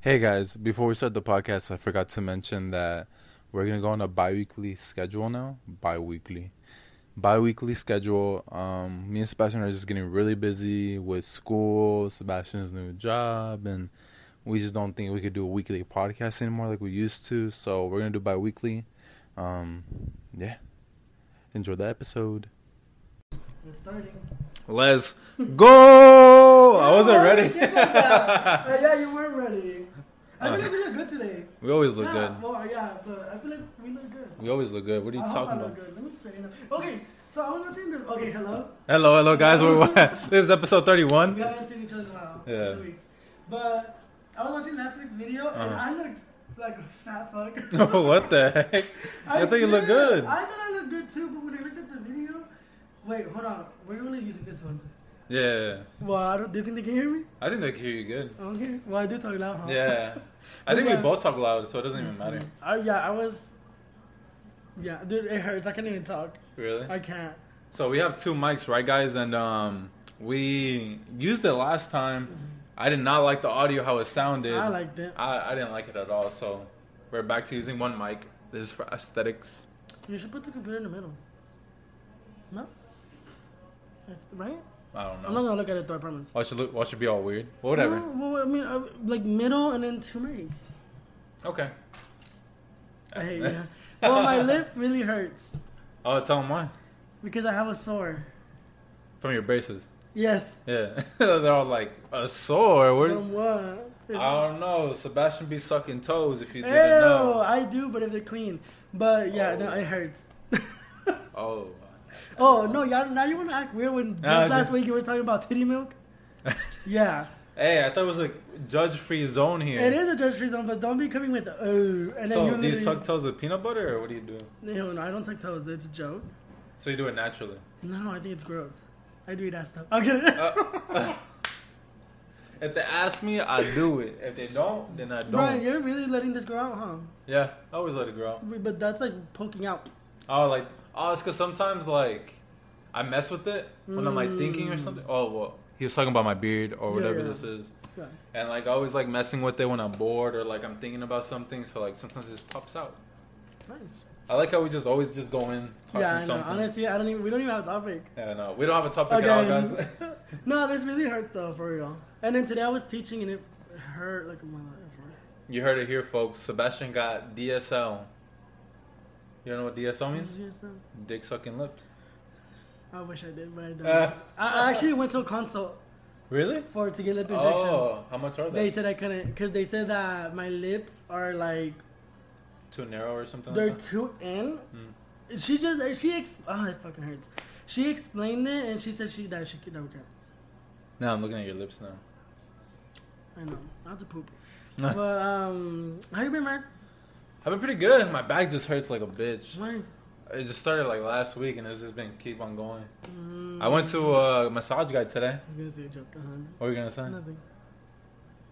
Hey guys, before we start the podcast, I forgot to mention that we're gonna go on a bi-weekly schedule now. Bi-weekly, bi-weekly schedule. Um, me and Sebastian are just getting really busy with school, Sebastian's new job, and we just don't think we could do a weekly podcast anymore like we used to. So we're gonna do bi-weekly. Um, yeah, enjoy the episode. It's starting. Let's go! I wasn't Oh, ready. shit, like that. Uh, yeah, you weren't ready. I feel like we look good today. We always look yeah, good. Well, yeah, but I feel like we look good. We always look good. What are you I hope talking I about? look good. Let me straighten up. Okay, so I was watching the. Okay, hello. Hello, hello, guys. We're, this is episode We 31. haven't seen each other in a while. Yeah. Two weeks. But I was watching last week's video and Uh-huh. I looked like a fat fuck. what the heck? I thought you looked did. good. I thought I looked good too, but when I looked at the video, wait, hold on. We're only using this one. Yeah, Well, I don't, do you think they can hear me? I think they can hear you good. Okay. Well, I do talk loud, huh? Yeah. I think we both talk loud, so it doesn't even matter. I, yeah, I was. Yeah, dude, it hurts. I can't even talk. Really? I can't. So we have two mics, right, guys? And um, we used it last time. I did not like the audio, how it sounded. I liked it. I, I didn't like it at all, so we're back to using one mic. This is for aesthetics. You should put the computer in the middle. No? That's- Right? I don't I'm not know. gonna look at it though, I promise. Why should, look- why should be all weird? Well, whatever. No, well, I mean, uh, like middle and then two mics. Okay. I hate you. well, my lip really hurts Oh, tell them why. because I have a sore. From your braces. Yes. Yeah, they're all like a sore. Where From what? It's- I don't know. Sebastian be sucking toes if you Ew, didn't know. I do, but if they're clean. But yeah, no, Oh. it hurts. Oh, Oh no! Y'all, now you want to act weird when just Nah, I last just- week you were talking about titty milk. yeah, hey, I thought it was a judge-free zone here. it is a judge free zone, but don't be coming with oh. And then So you do you literally- suck toes with peanut butter, or what do you do? No, no, I don't suck toes. It's a joke. So you do it naturally. No, I think it's gross. I do eat that stuff. I'm kidding. Uh, If they ask me, I do it. If they don't, then I don't. Brian, you're really letting this grow out, huh? Yeah, I always let it grow. But that's like poking out. Oh, like oh, it's because sometimes like I mess with it when I'm like thinking or Mm. something. Oh well, he was talking about my beard or Yeah, whatever yeah. this is. Yeah. And like I always like messing with it when I'm bored or like I'm thinking about something, so like sometimes it just pops out. Nice. I like how we just always just go in talking yeah, I know. something. Honestly, I don't even. We don't even have a topic. yeah, no, we don't have a topic at all, guys. Again. no, this really hurts though, for real. And then today I was teaching and it hurt like my life. you heard it here, folks. Sebastian got DSL. You don't know what DSL means? Dick sucking lips. I wish I did, but I don't. Uh. I I actually went to a consult Really? for to get lip injections. Oh, how much are They they? said I couldn't because they said that my lips are like Too narrow or something? they're like that? too in. Mm. She just she ex- oh it fucking hurts. She explained it and she said she that she could that we can't. Now I'm looking at your lips now. I know I have to poop. Nah. but um, how you been, Mark? I've been pretty good. My back just hurts like a bitch. Why? It just started like last week, and it's just been keep on going. I went to a massage guy today. Mm-hmm. I'm gonna say a joke. Uh-huh. What were you gonna say? Nothing.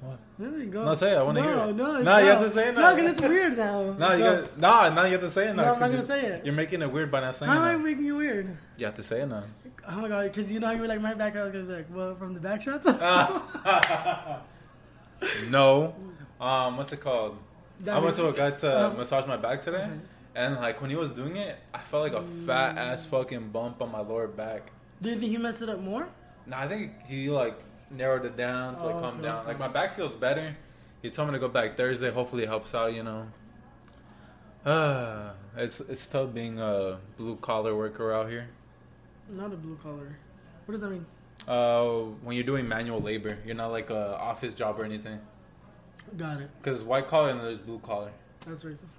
What? Nothing. Go. No, say it. I wanna no, hear it. No, it's Nah, not. you have to say it now. No, because it's weird now. No, you Go. got nah, now you have to say it now. No, I'm not 'cause gonna you- say it. You're making it weird by not saying How am I it. now. making you weird? You have to say it now. Oh my god, because you know how you were like my back, I was gonna be like, well, from the back shots? Uh. no. Um, what's it called? I went to a guy to Uh-huh. massage my back today, Okay. and like when he was doing it, I felt like a fat ass fucking bump on my lower back. Do you think he messed it up more? No, I think he like narrowed it down to like Oh, calm okay, down. okay. Like my back feels better. He told me to go back Thursday. Hopefully, it helps out. You know. Uh, it's it's tough being a blue collar worker out here. Not a blue collar. What does that mean? Uh, when you're doing manual labor, you're not like a office job or anything. Got it. Because white collar and there's blue collar. That's racist.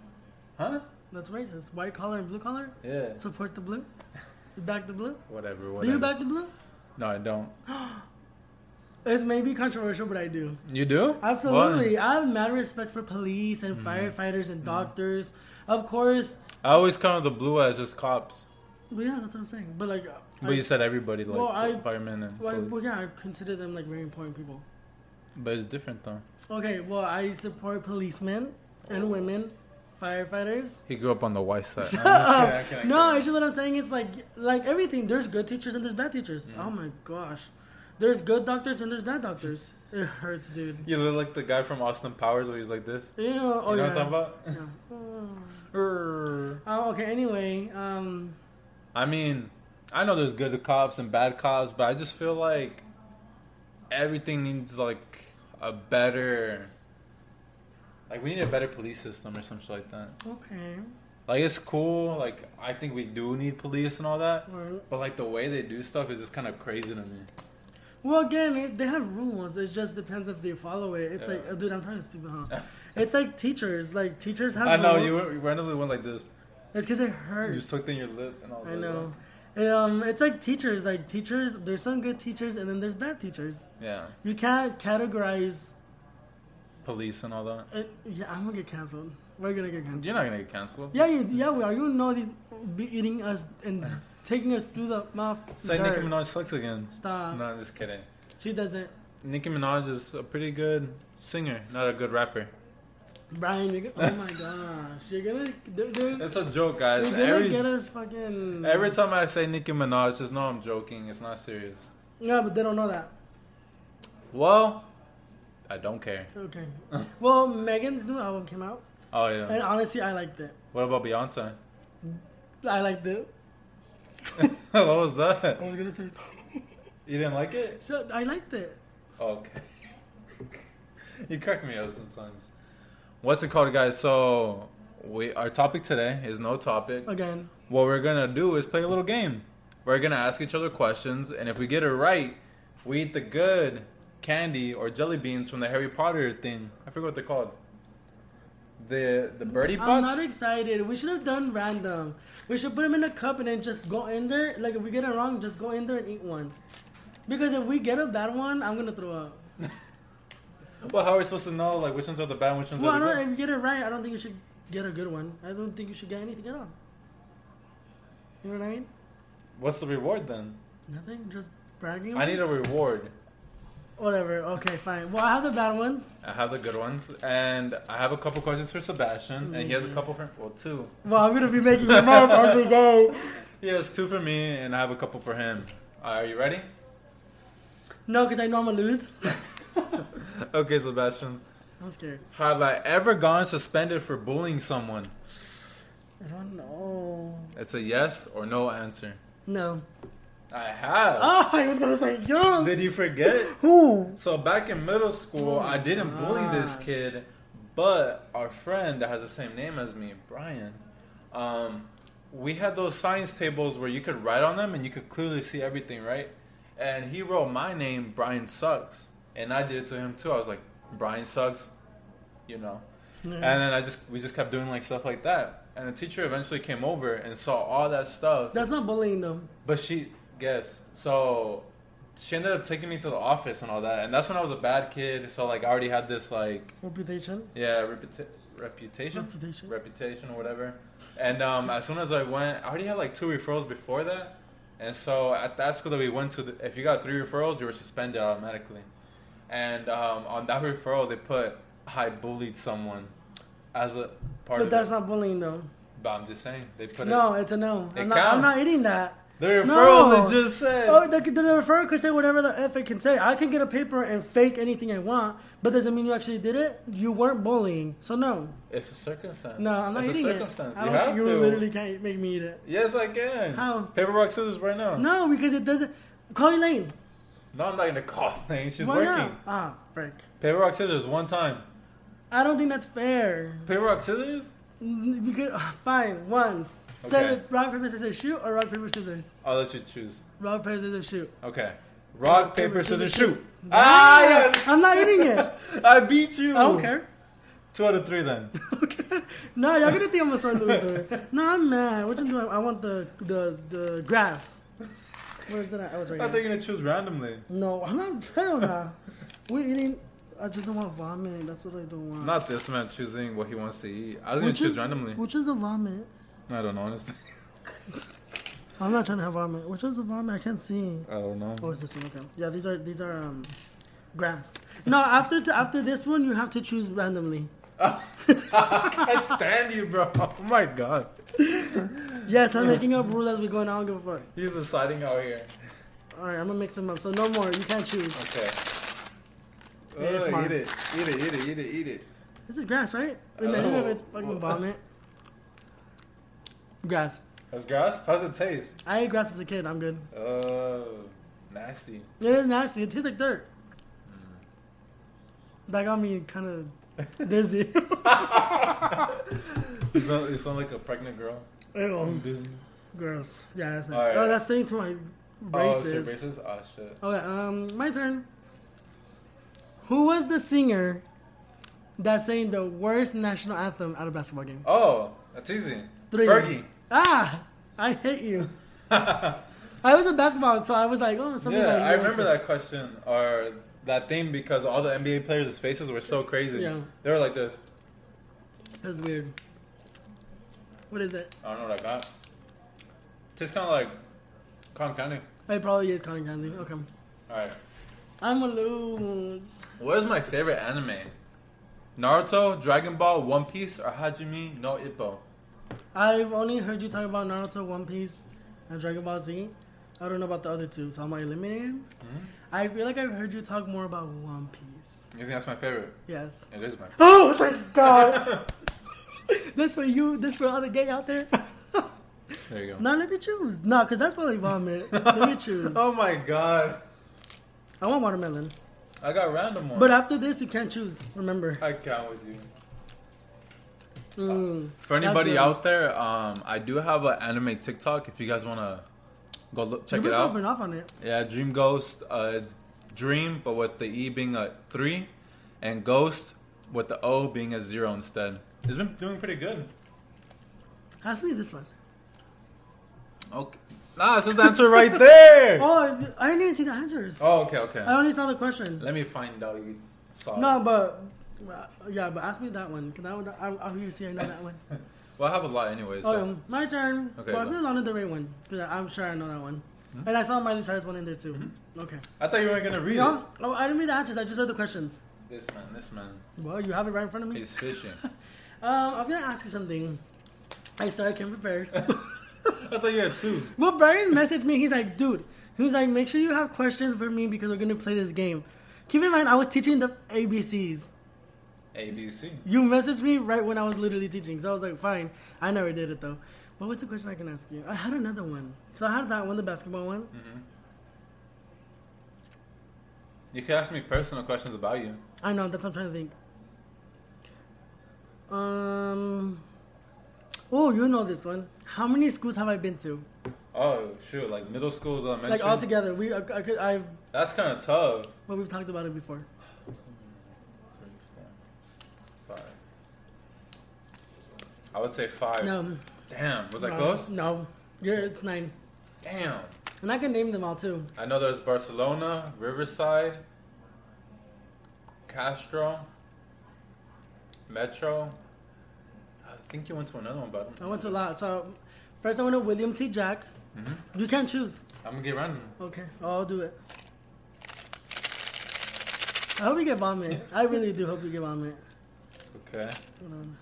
Huh? That's racist. White collar and blue collar? Yeah. Support the blue? You Back the blue? Whatever. Whatever. Do you back the blue? No, I don't. It's maybe controversial, but I do. You do? Absolutely. Why? Mm-hmm. I have mad respect for police and firefighters and doctors. Of course. I always count the blue as just cops. But yeah, that's what I'm saying. But like, But you said everybody like Well, I- firemen and. well, I- police. well, yeah, I consider them like very important people. but it's different though. Okay, well, I support policemen and women, firefighters. He grew up on the white side. I'm just Uh, kidding, I can't- I no, can't. Mm. it's just what I'm saying. It's like like everything. There's good teachers and there's bad teachers. Oh my gosh, There's good doctors and there's bad doctors. It hurts, dude. You look like the guy from Austin Powers where he's like this. Yeah. Oh, you know yeah. what I'm talking Yeah. about? Err. Oh, okay. Anyway, um, I mean, I know there's good cops and bad cops, but I just feel like everything needs like a better, like we need a better police system or some shit like that. okay. Like it's cool. Like I think we do need police and all that, Well, but like the way they do stuff is just kind of crazy to me. Well, again, it, they have rules. It just depends if they follow it. It's Yeah. like, oh, dude, I'm talking stupid, huh? it's like teachers. Like teachers have. I know rules. you were- you randomly went like this. It's because it hurts. You sucked in your lip, and I was I like, know. Um, it's like teachers. Like teachers, there's some good teachers, and then there's bad teachers. Yeah, You can't categorize. police and all that. It. Yeah, I'm gonna get canceled. We're gonna get canceled. You're not gonna get canceled. Yeah, you, yeah, we are. You know these be eating us and taking us through the mouth. Say Nicki dirt. Minaj sucks again. Stop. No, I'm just kidding. She doesn't. Nicki Minaj is a pretty good singer, not a good rapper. Brian, you're, go- oh my gosh, you're gonna, they're, they're, It's a joke, guys. you're gonna get Every, us fucking. every time I say Nicki Minaj, just know I'm joking. It's not serious. Yeah, but they don't know that. Well, I don't care. Okay. well, Megan's new album came out, Oh and yeah. honestly, I liked it. What about Beyonce? I liked it. what was that? I was gonna say, You didn't like it? Shut- I liked it. okay. you crack me up sometimes. What's it called, guys? So we our topic today is no topic. Again, What we're gonna do is play a little game. We're gonna ask each other questions, and if we get it right, we eat the good candy or jelly beans from the Harry Potter thing. I forget what they're called. The the birdie I'm not butts. excited. We should have done random. We should put them in a cup and then just go in there. Like if we get it wrong, just go in there and eat one. Because if we get a bad one, I'm gonna throw up. well, how are we supposed to know like which ones are the bad, and which ones Well, I are the don't, good? if you get it right, I don't think you should get a good one. I don't think you should get anything at all. You know what I mean? What's the reward then? Nothing, just bragging. I need a rights? reward. Whatever. Okay, fine. Well, I have the bad ones. I have the good ones, and I have a couple questions for Sebastian, and he Mm. has a couple for well two. Well, I'm gonna be making them up as we go. He has two for me, and I have a couple for him. Are you ready? No, because I know I'm gonna lose. Okay, Sebastian. I'm scared. Have I ever gone suspended for bullying someone? I don't know. It's a yes or no answer. No. I have. Oh, I was gonna say yes. Did you forget? Who? so back in middle school, Oh my I didn't bully this gosh. kid, but our friend that has the same name as me, Brian, um, we had those science tables where you could write on them and you could clearly see everything, right? And he wrote my name, Brian sucks, and I did it to him too. I was like, Brian sucks, you know. And then I just we just kept doing like stuff like that. And the teacher eventually came over and saw all that stuff. That's not bullying though. But she guess so. She ended up taking me to the office and all that, and that's when I was a bad kid. So like I already had this like Reputation. yeah reputa- reputation Reputation. reputation or whatever. And um, as soon as I went, I already had like two referrals before that. And so at that school that we went to, the, if you got three referrals, you were suspended automatically. And um, on that referral, they put I bullied someone as a part But of that's it. not bullying though. but I'm just saying they put No, it. it's a no. It I'm not, counts. I'm not eating that. The referral No. they just said. Oh, the, the referrer could say whatever the F it can say. I can get a paper and fake anything I want, but doesn't mean you actually did it. You weren't bullying, so no. It's a circumstance. No, I'm not it's eating a it. circumstance. You I don't- have you to. literally can't make me eat it. Yes, I can. How? Paper, rock, scissors right now. No, No, because it doesn't. Call Elaine. I'm not gonna call Lane. She's Why working. not? Ah, frick. Paper, rock, scissors one time. I don't think that's fair. Paper, rock, scissors. N- Because ah, fine, once. So Okay. is it rock paper scissors shoot or rock paper scissors? I'll let you choose. Rock paper scissors shoot. Okay. Rock, paper, scissors, shoot. Ah, Ah, yes. I'm not eating it. I beat you. I don't care. Two out of three then. Okay. No, y'all gonna think I'm a sore loser. no, I'm mad. What you doing? I want the the the grass. Where is it at? I was I right thought here. you're gonna choose randomly. No, I'm not. Hell nah. We eating. I just don't want vomit. That's what I don't want. Not this man choosing what he wants to eat. I was gonna Which choose is- randomly. Which is the vomit? I don't know honestly. I'm not trying to have vomit. Which is the vomit? I can't see. I don't know. Oh, is this one okay? Yeah, these are these are um, grass. No, after t- after this one, you have to choose randomly. I stand you, bro. Oh my god. Yes, I'm making up rules as we go, and I don't give a fuck. He's deciding out here. All right, I'm gonna mix them up. So no more. You can't choose. Okay. Yeah, it's Ugh, mine. eat it. Eat it. Eat it. Eat it. Eat it. This is grass, right? Imagine Oh. if it's fucking vomit. Grass. That's grass. How's it taste? I ate grass as a kid. I'm good. Oh, nasty. It is nasty. It tastes like dirt. That got me kind of dizzy. You sound, you sound like a pregnant girl. Ew, Disney. gross. Yeah, that's All nice. right. Oh, that's staying to my Oh, it's your braces. braces? Oh, shit. okay, um, my turn. Who was the singer that sang the worst national anthem at a basketball game? Oh, that's easy. Three. Fergie. Ah, I hate you. I was a basketball, so I was like, oh, something yeah, that I you remember answered. that question or that thing because all the NBA players' faces were so crazy. Yeah. They were like this. That's weird. What is it? I don't know what I got. Tastes kind of like Con County. It probably is Cotton Candy. Okay. Alright. I'm gonna lose. What is my favorite anime? Naruto, Dragon Ball, One Piece, or Hajime no Ippo? I've only heard you talk about Naruto, One Piece, and Dragon Ball Z. I don't know about the other two, so I'm gonna eliminate him. Hmm? I feel like I've heard you talk more about One Piece. You think that's my favorite? Yes. It is my favorite. Oh, thank God! this for you, this for all the gay out there. There you go. no, let me choose. No, because that's probably vomit. let me choose. Oh my god. I want watermelon. I got random one. But after this, you can't choose, remember. I count with you. Mm, For that's anybody good. out there, um, I do have an anime TikTok. If you guys wanna go look, check People it out. popping off on it. Yeah, Dream Ghost uh, is Dream, but with the E being a three, and Ghost with the O being a zero instead. It's been doing pretty good. Ask me this one. Okay. Nah, it's just the answer right there. Oh, I didn't even see the answers. Oh, okay, okay. I only saw the question. Let me find out. You saw. No, it. but uh, yeah, but ask me that one. Cause that one, I, I obviously I know that one. Well, I have a lot anyway. So. Oh, um, my turn. Okay, well, I go. Hmm? feel Lana Del Rey one because I'm sure I know that one. And I saw Miley Cyrus one in there too. Mm-hmm. Okay. I thought you weren't gonna read You it. know, oh, I didn't read the answers. I just read the questions. This man, this man, Well, you have it right in front of me. he's fishing. Um, I was gonna ask you something. I sorry, I came prepared. I thought you had two. well, Brian messaged me. He's like, dude. He was like, make sure you have questions for me because we're gonna play this game. Keep in mind, I was teaching the ABCs. A B C. You messaged me right when I was literally teaching, so I was like, fine. I never did it though. But what's the question I can ask you? I had another one. So I had that one, the basketball one. Mm-hmm. You can ask me personal questions about you. I know, that's what I'm trying to think. Um. Oh, you know this one. How many schools have I been to? Oh shoot, like middle school, elementary. Like all together, we I, I, could- I've That's kind of tough. well we've talked about it before. Three, four, five. I would say five. No, Damn, was I no, close? No, you're it's nine, Damn. and I can name them all too. I know there's Barcelona, Riverside, Castro, Metro. I think you went to another one, but I went to a lot. So first I went to William C. Jack. You can't choose. I'm gonna get random. Okay, I'll do it. I hope you get vomit. I really do hope you get vomit. Okay. Hold on.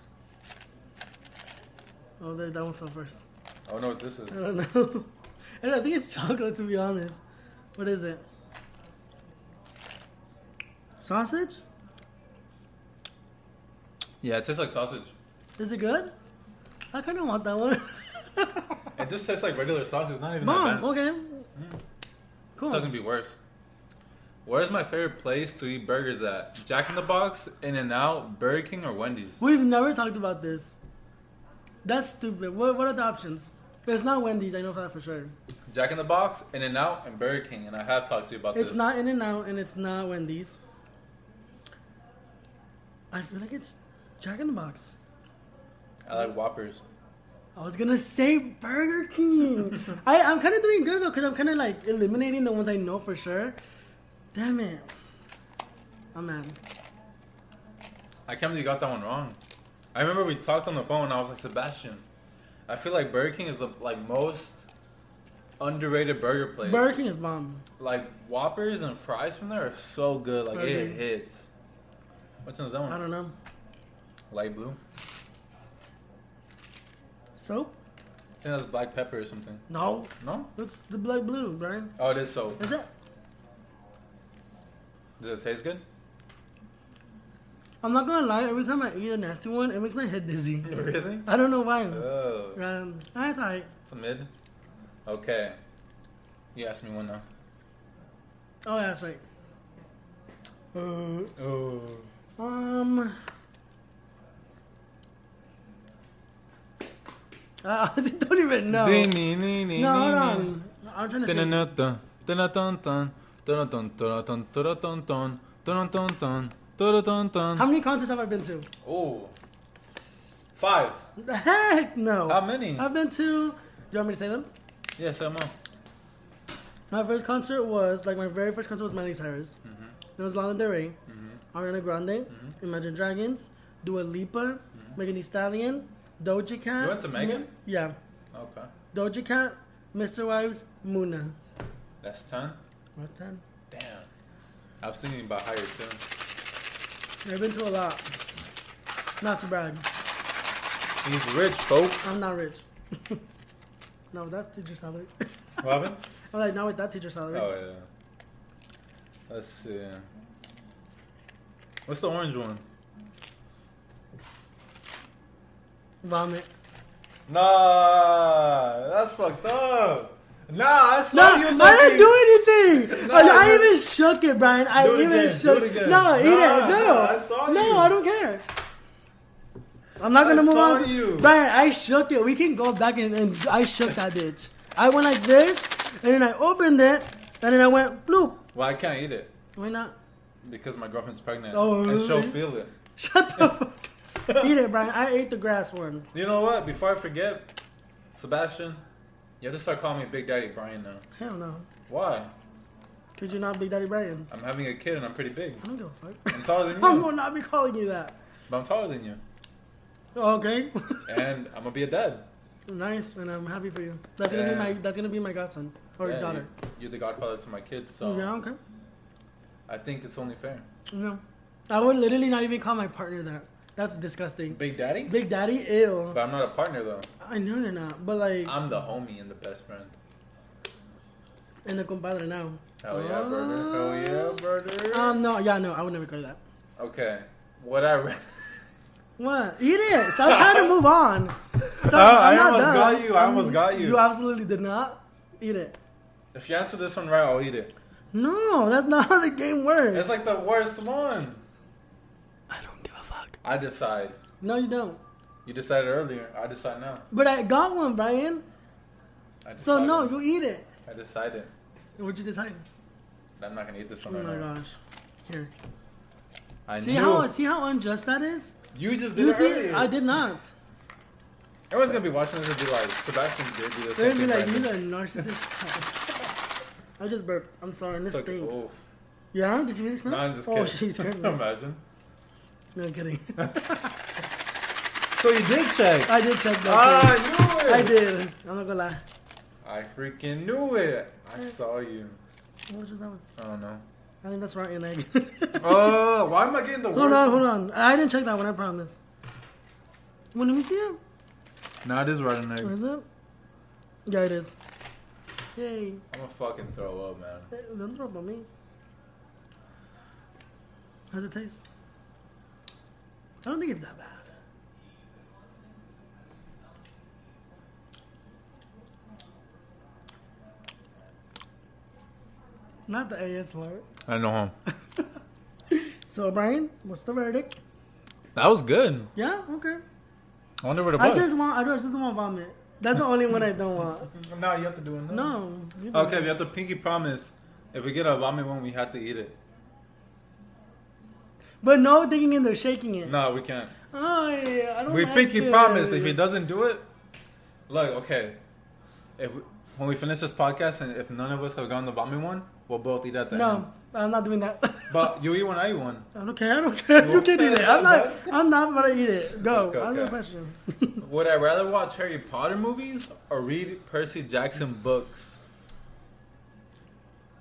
Oh, there, that one fell first. I don't know what Oh, this is. I don't know. and I think it's chocolate, to be honest. What is it? Sausage? Yeah, it tastes like sausage. Is it good? I kind of want that one. It just tastes like regular sausage. Not even that Mom, oh, bad. okay. It Cool. doesn't be worse. Where's my favorite place to eat burgers at? Jack in the Box, In and Out, Burger King, or Wendy's? We've never talked about this. That's stupid. What, what are the options? It's not Wendy's, I know that for sure. Jack in the Box, In and Out, and Burger King. And I have talked to you about It's this. not In and Out, and it's not Wendy's. I feel like it's Jack in the Box. I like Whoppers. I was gonna say Burger King. I, I'm kind of doing good though, cause I'm kind of like eliminating the ones I know for sure. Damn it, I'm mad. I can't believe you got that one wrong. I remember we talked on the phone, and I was like, Sebastian, I feel like Burger King is the like most underrated burger place. Burger King is bomb. like Whoppers and fries from there are so good. Like Burger it King. hits. Which one's that I one? don't know. Light blue. Soap? think that's black pepper or something. No, No? it's the black blue, Brian. Oh, it is so. Is it? Does it taste good? I'm not gonna lie. Every time I eat a nasty one, it makes my head dizzy. really? I don't know why. Oh, Um, that's alright. it's a mid. Okay. You asked me one now. Oh, that's right. Uh, Oh. um. I honestly don't even know. No, hold No, on. I'm trying to think. How Oh. many concerts have I been to? Five. Heck no. Oh. How many? I've been to. Do you want me to say them? Yes, I'm on. My first concert was like my very first concert was Miley Cyrus. Mm-hmm. It was Lana Del Rey, Ariana Grande, Imagine Dragons, Dua Lipa, Megan Thee Stallion, Doja Cat. Mm-hmm. You went to Megan? Mi- yeah, Okay. Doja Cat, Mr. Wives, Muna. That's ten. What then? Damn. I was thinking about higher too. I've been to a lot. Not to brag, He's rich, folks. I'm not rich. no, that's teacher salary. What happened? I'm like not with that teacher salary. Oh yeah. Let's see. What's the orange one? Vomit. Nah, that's fucked up. Nah, that's No, not I didn't do anything. No, I, I no. even shook it, Brian. I Do it even again, shook do it again. No, Nah, eat it. No, nah, I saw no, you. I don't care. I'm not gonna I move saw on. To, you. Brian, I shook it. We can go back and, and I shook that bitch. I went like this, and then I opened it, and then I went bloop. Well, I can't eat it Why not? because my girlfriend's pregnant, Oh, and she'll really? feel it. Shut the fuck. up. Eat it, Brian. I ate the grass one. You know what? Before I forget, Sebastian, you have to start calling me Big Daddy Brian now. Hell no. Why? Could you not be Daddy Brian? I'm having a kid and I'm pretty big. I don't give a fuck. I'm taller than I'm you, gonna not be calling you that. but I'm taller than you, Okay. and I'm gonna be a dad. Nice, and I'm happy for you. That's gonna be Yeah. my that's gonna be my godson or Yeah, Oh. daughter. You, you're the godfather to my kid, so Yeah, okay. I think it's only fair. No, I would literally not even call my partner that. That's disgusting. Big Daddy? Big Daddy, ew. But I'm not a partner though. I know they're not, but like I'm the homie and the best friend. in the compadre now. Hell yeah, brother. Hell yeah, brother. Um, no, yeah, no, I would never call you that. okay. What I read. What? Eat it. Stop trying to move on. Stop. Oh, I'm I not almost done. got you. I I'm- almost got you. You absolutely did not. Eat it. If you answer this one right, I'll eat it. No, that's not how the game works. It's like the worst one. I don't give a fuck. I decide. No, you don't. You decided earlier. I decide now. But I got one, Brian. I decided. So no, you eat it. I decided. What'd you decide? that I'm not gonna eat this Oh one right now. my gosh. Here. I See knew. how see how unjust that is? you just did You it see, earlier. I did not. Everyone's gonna be watching this and be like, Sebastian did do the They're same gonna thing. be like, Brandon." you're a narcissist. I just burped. I'm sorry, and this It's like, stinks. oof. Yeah? Did you hear it smell? No, I'm just oh, kidding. she's scared me. Imagine. No kidding. So you did check. I did check that. ah, I knew too. I it. did. I'm not gonna lie. I freaking knew it. I saw you. What was that one? I don't know. I think that's rotten egg. Oh, why am I getting the worst? hold on, hold on. I didn't check that one, I promise. Well, let me see it. Nah, it is rotten egg. Where I'm is it? Yeah, it is. Yay. gonna fucking throw up, man. Hey, Don't drop on me. How's it taste? I don't think it's that bad. Not the ASMR. I know home. So, Brian, what's the verdict? That was good. Yeah, okay. I wonder what it I was. just want, I just don't want vomit. That's the only one I don't want. No, you have to do another. No. you don't. Okay, we have to pinky promise. If we get a vomit one, we have to eat it. But no digging in there, shaking it. No, we can't. Oh, yeah, I don't We like pinky this. promise. If he doesn't do it, look, okay. If we, when we finish this podcast, and if none of us have gotten the vomit one, we'll both eat at the end. No, I'm not doing that. But you eat one, I eat one. I don't care. I don't care. You can eat it. I'm not. I'm not gonna eat it. Go. Okay, I have a okay. question. Would I rather watch Harry Potter movies or read Percy Jackson books?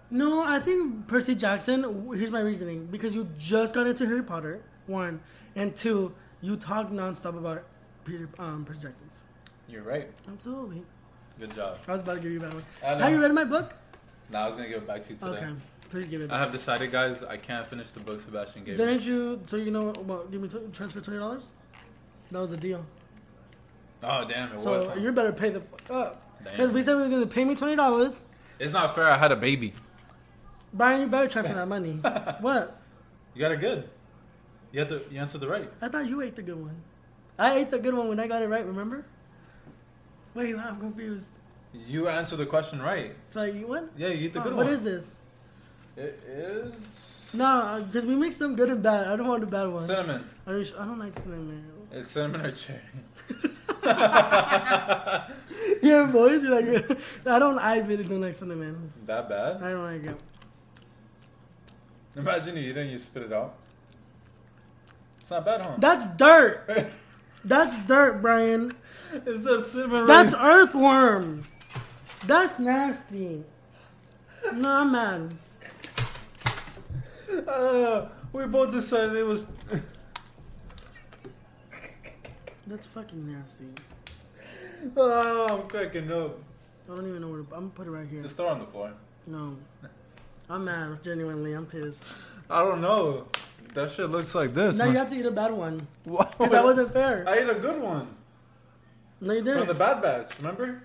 No, I think Percy Jackson. Here's my reasoning: because you just got into Harry Potter, one, and two, you talk nonstop about Peter, um, Percy Jackson's. You're right. Absolutely. Good job. I was about to give you that one. I know. Have you read my book? Nah, I was gonna give it back to you today. Okay. Please give it I back. have decided, guys. I can't finish the book Sebastian gave me. Didn't you, so you know, well, give me, tw- transfer $20? That was a deal. Oh damn, it was. So huh? you better pay the fuck up. Damn. Because we said we was going to pay me $20. It's not fair. I had a baby. Brian, you better transfer that money. What? You got it good. You had to. You answered the right. I thought you ate the good one. I ate the good one when I got it right, remember? Wait, I'm confused. You answered the question right. So I eat one? Yeah, you eat the Oh, good What one. is this? It is No, because we mix them good and bad. I don't want the bad one. cinnamon. Are you sure? I don't like cinnamon. It's cinnamon or cherry. Your voice, you're like, I don't, I really don't like cinnamon. That bad? I don't like it. Imagine you didn't. You spit it out. It's not bad, huh? That's dirt. That's dirt, Brian. it's a cinnamon. That's earthworm. That's nasty. No, I'm mad. Uh, we both decided it was. That's fucking nasty. Oh, I'm cracking up. I don't even know where to, I'm gonna put it right here. Just throw it on the floor. no. I'm mad, genuinely. I'm pissed. I don't know. That shit looks like this. Now man. you have to eat a bad one. Why 'Cause that wasn't fair. Oh, I ate a good one No, you from the didn't. Bad Batch. Remember?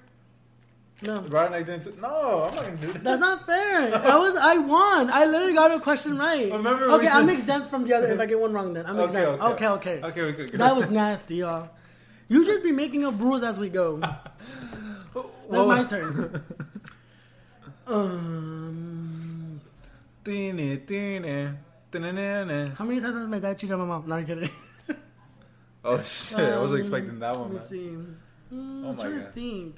No. Brian, I didn't. No, I'm not gonna do that. That's not fair. I was I won. I literally got a question right. Remember we okay, I'm said- exempt from the other. If I get one wrong, then I'm Okay, exempt. okay. Okay, okay. Okay, we could. That was nasty, y'all. You just be making up rules as we go. That's Well, my turn. um, Teeny, teeny, teeny. how many times has my dad cheated on my mom? Not kidding. Oh shit! I was Um, expecting that Let one. me Man. see. Mm, Oh I'm my trying to God. think.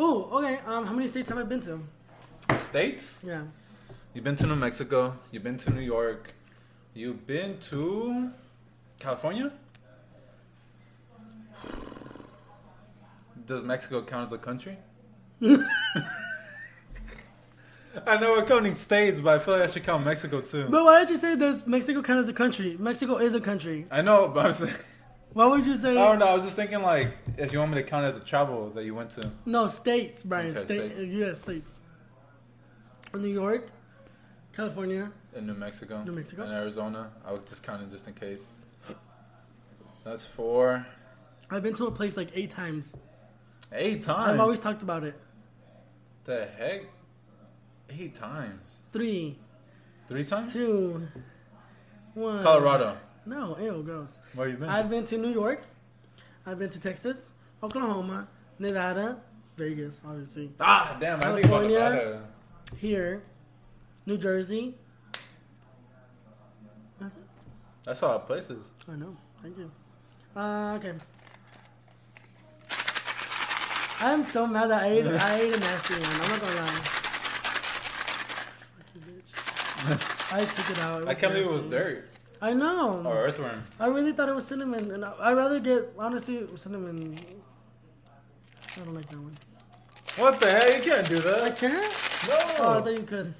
Oh, okay. Um, how many states have I been to? States? Yeah. You've been to New Mexico. You've been to New York. You've been to California. Does Mexico count as a country? I know we're counting states, but I feel like I should count Mexico too. But why did you say this? Mexico count as a country. Mexico is a country. I know, but I'm saying, Why would you say I don't know. I was just thinking, like, if you want me to count as a travel that you went to, no states, Brian? Okay, state, states. uh, U.S. states. New York, California. in New Mexico, New Mexico. in Arizona, I was just counting just in case. That's four, I've been to a place like eight times. eight I've times. always talked about it. the heck, eight times, Three, three times. two, one. Colorado. No, ew, gross. Where you been? I've been to New York. I've been to Texas, Oklahoma, Nevada, Vegas, obviously. ah, damn! I think about California. Nevada. Here, New Jersey. That's all places. I know. Thank you. Uh, okay. I'm so mad that I ate, I ate a nasty one. I'm not gonna lie. Fuck you, bitch. I took it out. I can't believe it was nasty. dirt I know. or earthworm. I really thought it was cinnamon, and I, I'd rather get honestly cinnamon. I don't like that one. What the hell? You can't do I that. can't. Oh, I No. thought you could.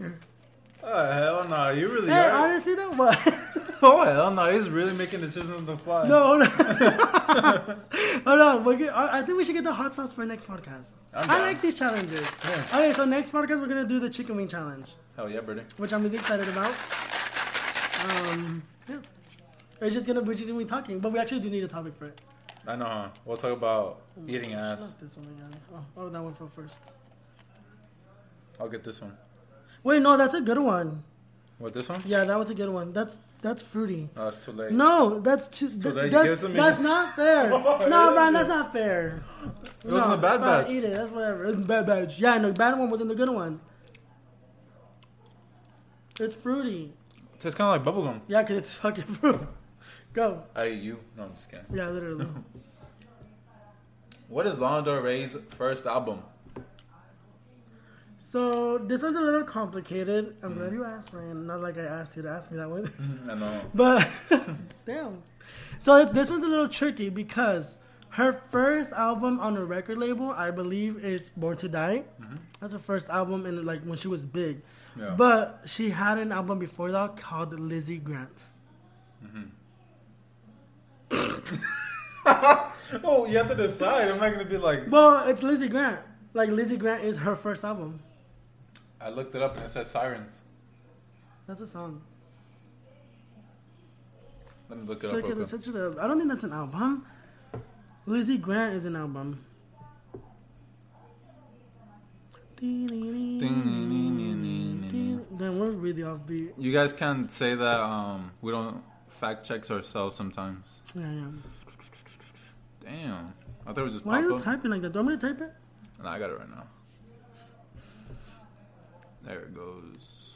Oh hell no! You really Hey, are. honestly though, what? oh hell no! He's really making decisions on the fly. No, hold on. hold on. We're gonna, I I think we should get the hot sauce for next podcast. I'm I down. like these challenges. Yeah. Okay, so next podcast we're gonna do the chicken wing challenge, Hell yeah, birdie. which I'm really excited about. Um, yeah, it's just gonna be just gonna be talking, but we actually do need a topic for it. I know. Huh? We'll talk about eating ass. Not this one again. Oh, oh, that one for first. I'll get this one. Wait, no, that's a good one. What this one? Yeah, that was a good one. That's that's fruity. No, it's too late. No, that's too. too late. Give Th- it that's, to me. that's not fair. no, is Brian, that's not fair. It was in the bad batch. Eat it. That's whatever. It's bad batch. Yeah, no, bad one wasn't the good one. It's fruity. Tastes kind of like bubblegum. Yeah, 'cause it's fucking fruit. Go. I eat you. No, I'm just kidding. Yeah, literally. What is Lana Del Rey's first album? so this one's a little complicated. I'm Hmm. glad you asked, Brian. Not like I asked you to ask me that one. Mm, I know. But damn. So it's, this one's a little tricky because her first album on a record label, I believe, is Born to Die. That's her first album, and like when she was big. Yeah. But she had an album before that called Lizzie Grant. Oh, you have to decide. I'm not gonna be like. Well, it's Lizzie Grant. Like Lizzie Grant is her first album. I looked it up and it says sirens. That's a song. Let me look it Check up. it, Real up, quick. check it up. I don't think that's an album. Lizzie Grant is an album. Then we're really off beat. You guys can say that um, we don't fact checks ourselves sometimes. Yeah, yeah. Damn, I thought we just Why are pop you up. typing like that? Do you want me to type it? Nah, I got it right now. There it goes.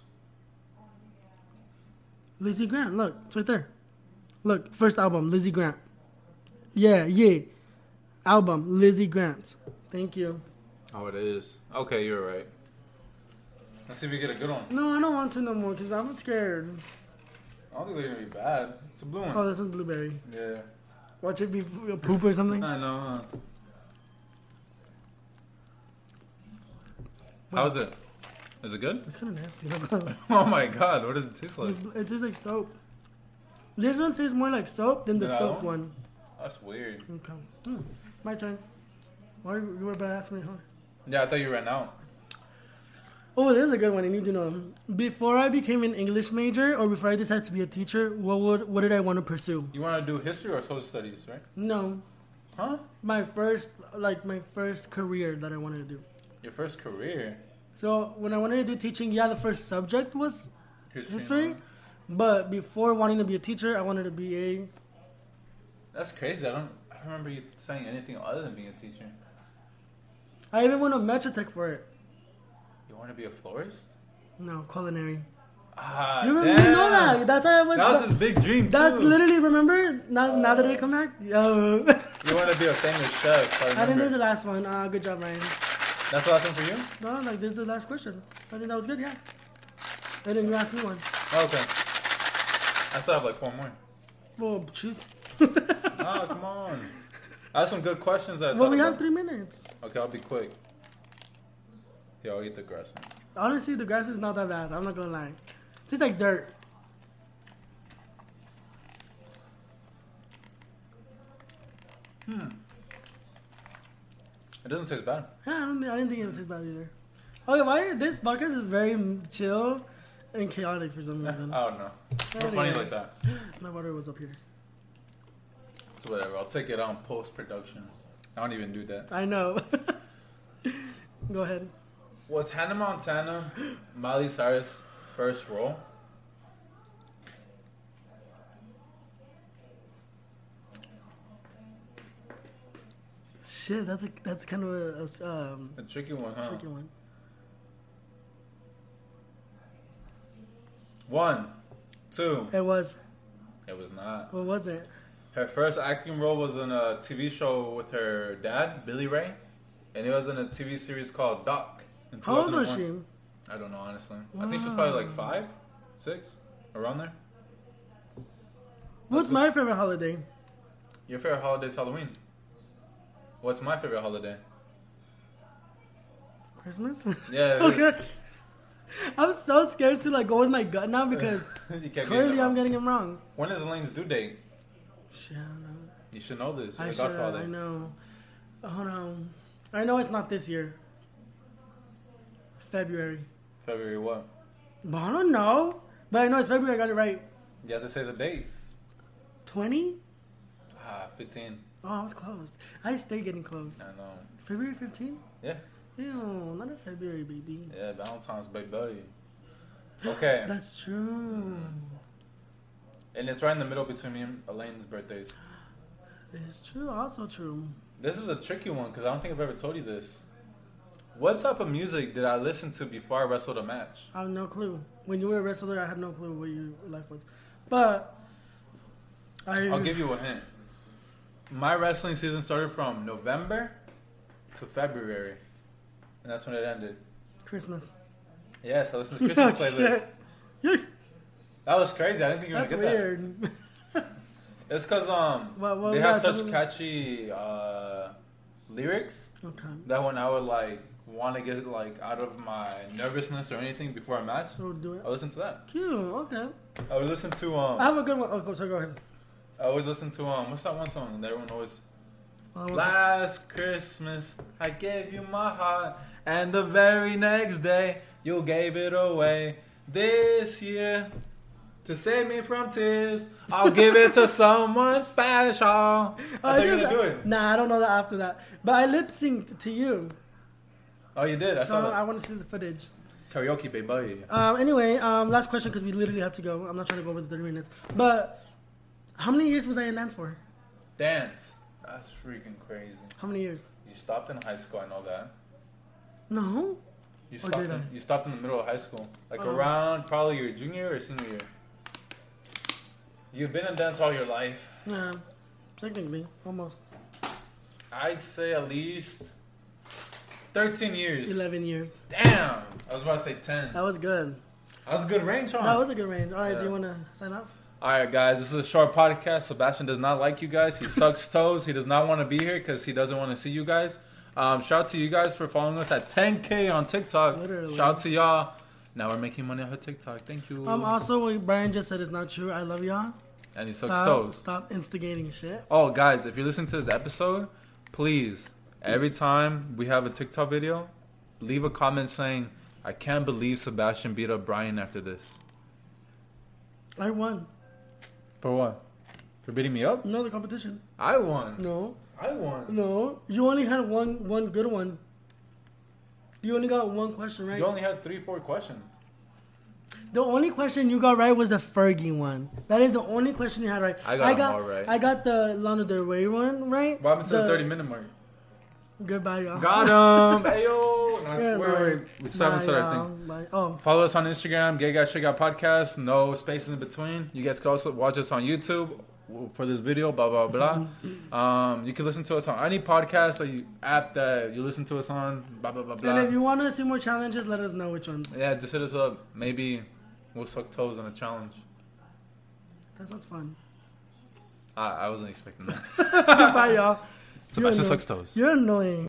Lizzie Grant. Look, it's right there. Look, first album, Lizzie Grant. Yeah, yeah. Album, Lizzie Grant. Thank you. Oh, it is. Okay, you're right. Let's see if we get a good one. No, I don't want to no more because I'm scared. I don't think they're gonna be bad. It's a blue one. Oh, this is blueberry. yeah. Watch it be a poop or something. I know. Huh? How's it? Is it good? It's kind of nasty. Oh my god, what does it taste like? it tastes like soap. This one tastes more like soap than the That soap one? one. That's weird. Okay. Hmm. My turn. Why you you were about to ask me? Huh? Yeah, I thought you ran out. Oh, this is a good one. You need to know. Before I became an English major, or before I decided to be a teacher, what would what did I want to pursue? You want to do history or social studies, right? No, Huh? my first like my first career that I wanted to do. Your first career? So when I wanted to do teaching, yeah, the first subject was History. history, but before wanting to be a teacher, I wanted to be a That's crazy. I don't. I don't remember you saying anything other than being a teacher. I even went to Metrotech for it. You want to be a florist? No, culinary. Ah, You remember damn. you know that? That's how I went. That was his big dream that's too. literally remember. Now, now that I come back, yo. You want to be a famous chef? I I think remember. this is the last one. Uh, good job, Ryan. That's the last one for you. No, like this is the last question. I think that was good. Yeah. And then you asked me one. Oh, okay. I still have like four more. Well, choose. Oh, come on. I have some good questions. That I Well, thought we have about. three minutes. Okay, I'll be quick. Yeah, I'll eat the grass. now. Honestly, the grass is not that bad. I'm not gonna lie. It tastes like dirt. It doesn't taste bad. Yeah, I, don't, thi- I didn't think it tastes bad either. Okay, why this podcast is very m- chill and chaotic for some I reason. don't know. We're Anyway. funny like that. My water was up here. So whatever. I'll take it on post production. I don't even do that. I know. Go ahead. Was Hannah Montana Miley Cyrus' first role? Shit, that's a, that's kind of a, a, um, A tricky one, huh? tricky one. One, two. It was. It was not. What was it? Her first acting role was in a TV show with her dad, Billy Ray, and it was in a TV series called Doc. In How old was she? 2001. I don't know, honestly. I think she was probably like five, six, around there. What's my favorite holiday? Your favorite holiday is Halloween. What's my favorite holiday? Christmas. Yeah. it is. okay. I'm so scared to like go with my gut now because you can't clearly get I'm getting him wrong. When is Elaine's due date? Shit, I don't know. You should know this. You're I a should. godfather. I know. Hold on. I know it's not this year. February. February what? But I don't know. But I know it's February. I got it right. You have to say the date. Twenty. Ah, 15. Oh, I was close. I stay getting close. I know. February 15th? Yeah. Ew, not a February baby. Yeah, Valentine's baby. Okay. That's true. And it's right in the middle between me and Elaine's birthdays. It's true. Also true. This is a tricky one because I don't think I've ever told you this. What type of music did I listen to before I wrestled a match? I have no clue. When you were a wrestler, I had no clue what your life was. But I I'll give you a hint. My wrestling season started from November to February, and that's when it ended. Christmas. Yes, I listened to Christmas Oh, playlist. shit. That was crazy. I didn't think you were That's gonna get weird. that. It's because um What- what they was have that? such Something- catchy uh, lyrics okay. that when I would like want to get like out of my nervousness or anything before a match, So we'll do it. I listen to that. Cute. Okay. I would listen to I um have a good one. Oh, go- so go ahead. I always listen to um what's that one song that everyone always All I want- Last Christmas, I gave you my heart, and the very next day, you gave it away. This year, to save me from tears, I'll give it to someone special. I I thought you were just- gonna do it. Oh, Nah, I don't know that after that. But I lip synced to you. Oh, you did. I So saw I that. want to see the footage. Karaoke, baby. Um, anyway, um, last question because we literally have to go. I'm not trying to go over the 30 minutes. But how many years was I in dance for? Dance. That's freaking crazy. How many years? You stopped in high school. I know that. No? You Or stopped. did In, I? you stopped in the middle of high school, like Uh-huh. around probably your junior or senior year. You've been in dance all your life. Yeah. Technically, almost. I'd say at least 13 years. 11 years. Damn! I was about to say 10. That was good. That was a good range, huh? That was a good range. All right, do Yeah. you want to sign off? Alright, guys, this is a short podcast. Sebastian does not like you guys. He sucks toes. He does not want to be here because he doesn't want to see you guys. Um, shout out to you guys for following us at 10K on TikTok. Literally. Shout out to y'all. Now we're making money off of TikTok. Thank you. Um, also, what Brian just said is not true. I love y'all. and he sucks Stop, toes. stop instigating shit. Oh, guys, if you're listening to this episode, please, every time we have a TikTok video, leave a comment saying, I can't believe Sebastian beat up Brian after this. I won. For what? For beating me up? No, the competition. I won. No, I won. no. You only had one, one good one. You only got one question right. You only had three, four questions. The only question you got right was the Fergie one. That is the only question you had right. I got them all right. I got the Lana Del Rey one right. What happened to the 30 minute mark? Goodbye, y'all. Got him! Ayo! No, Yeah, it's- wait, wait, wait. We still haven't bye, said our y'all. thing. Bye. Oh, Follow us on Instagram, Gay Guy Shake Out Podcast, no spaces in between. You guys can also watch us on YouTube for this video, blah, blah, blah. um, you can listen to us on any podcast that you, app that you listen to us on, blah, blah, blah, and if blah. you want to see more challenges, let us know which ones. Yeah, just hit us up. Maybe we'll suck toes on a challenge. That sounds fun. I, I wasn't expecting that. Goodbye, y'all. Sebastian You're sucks toes. You're annoying.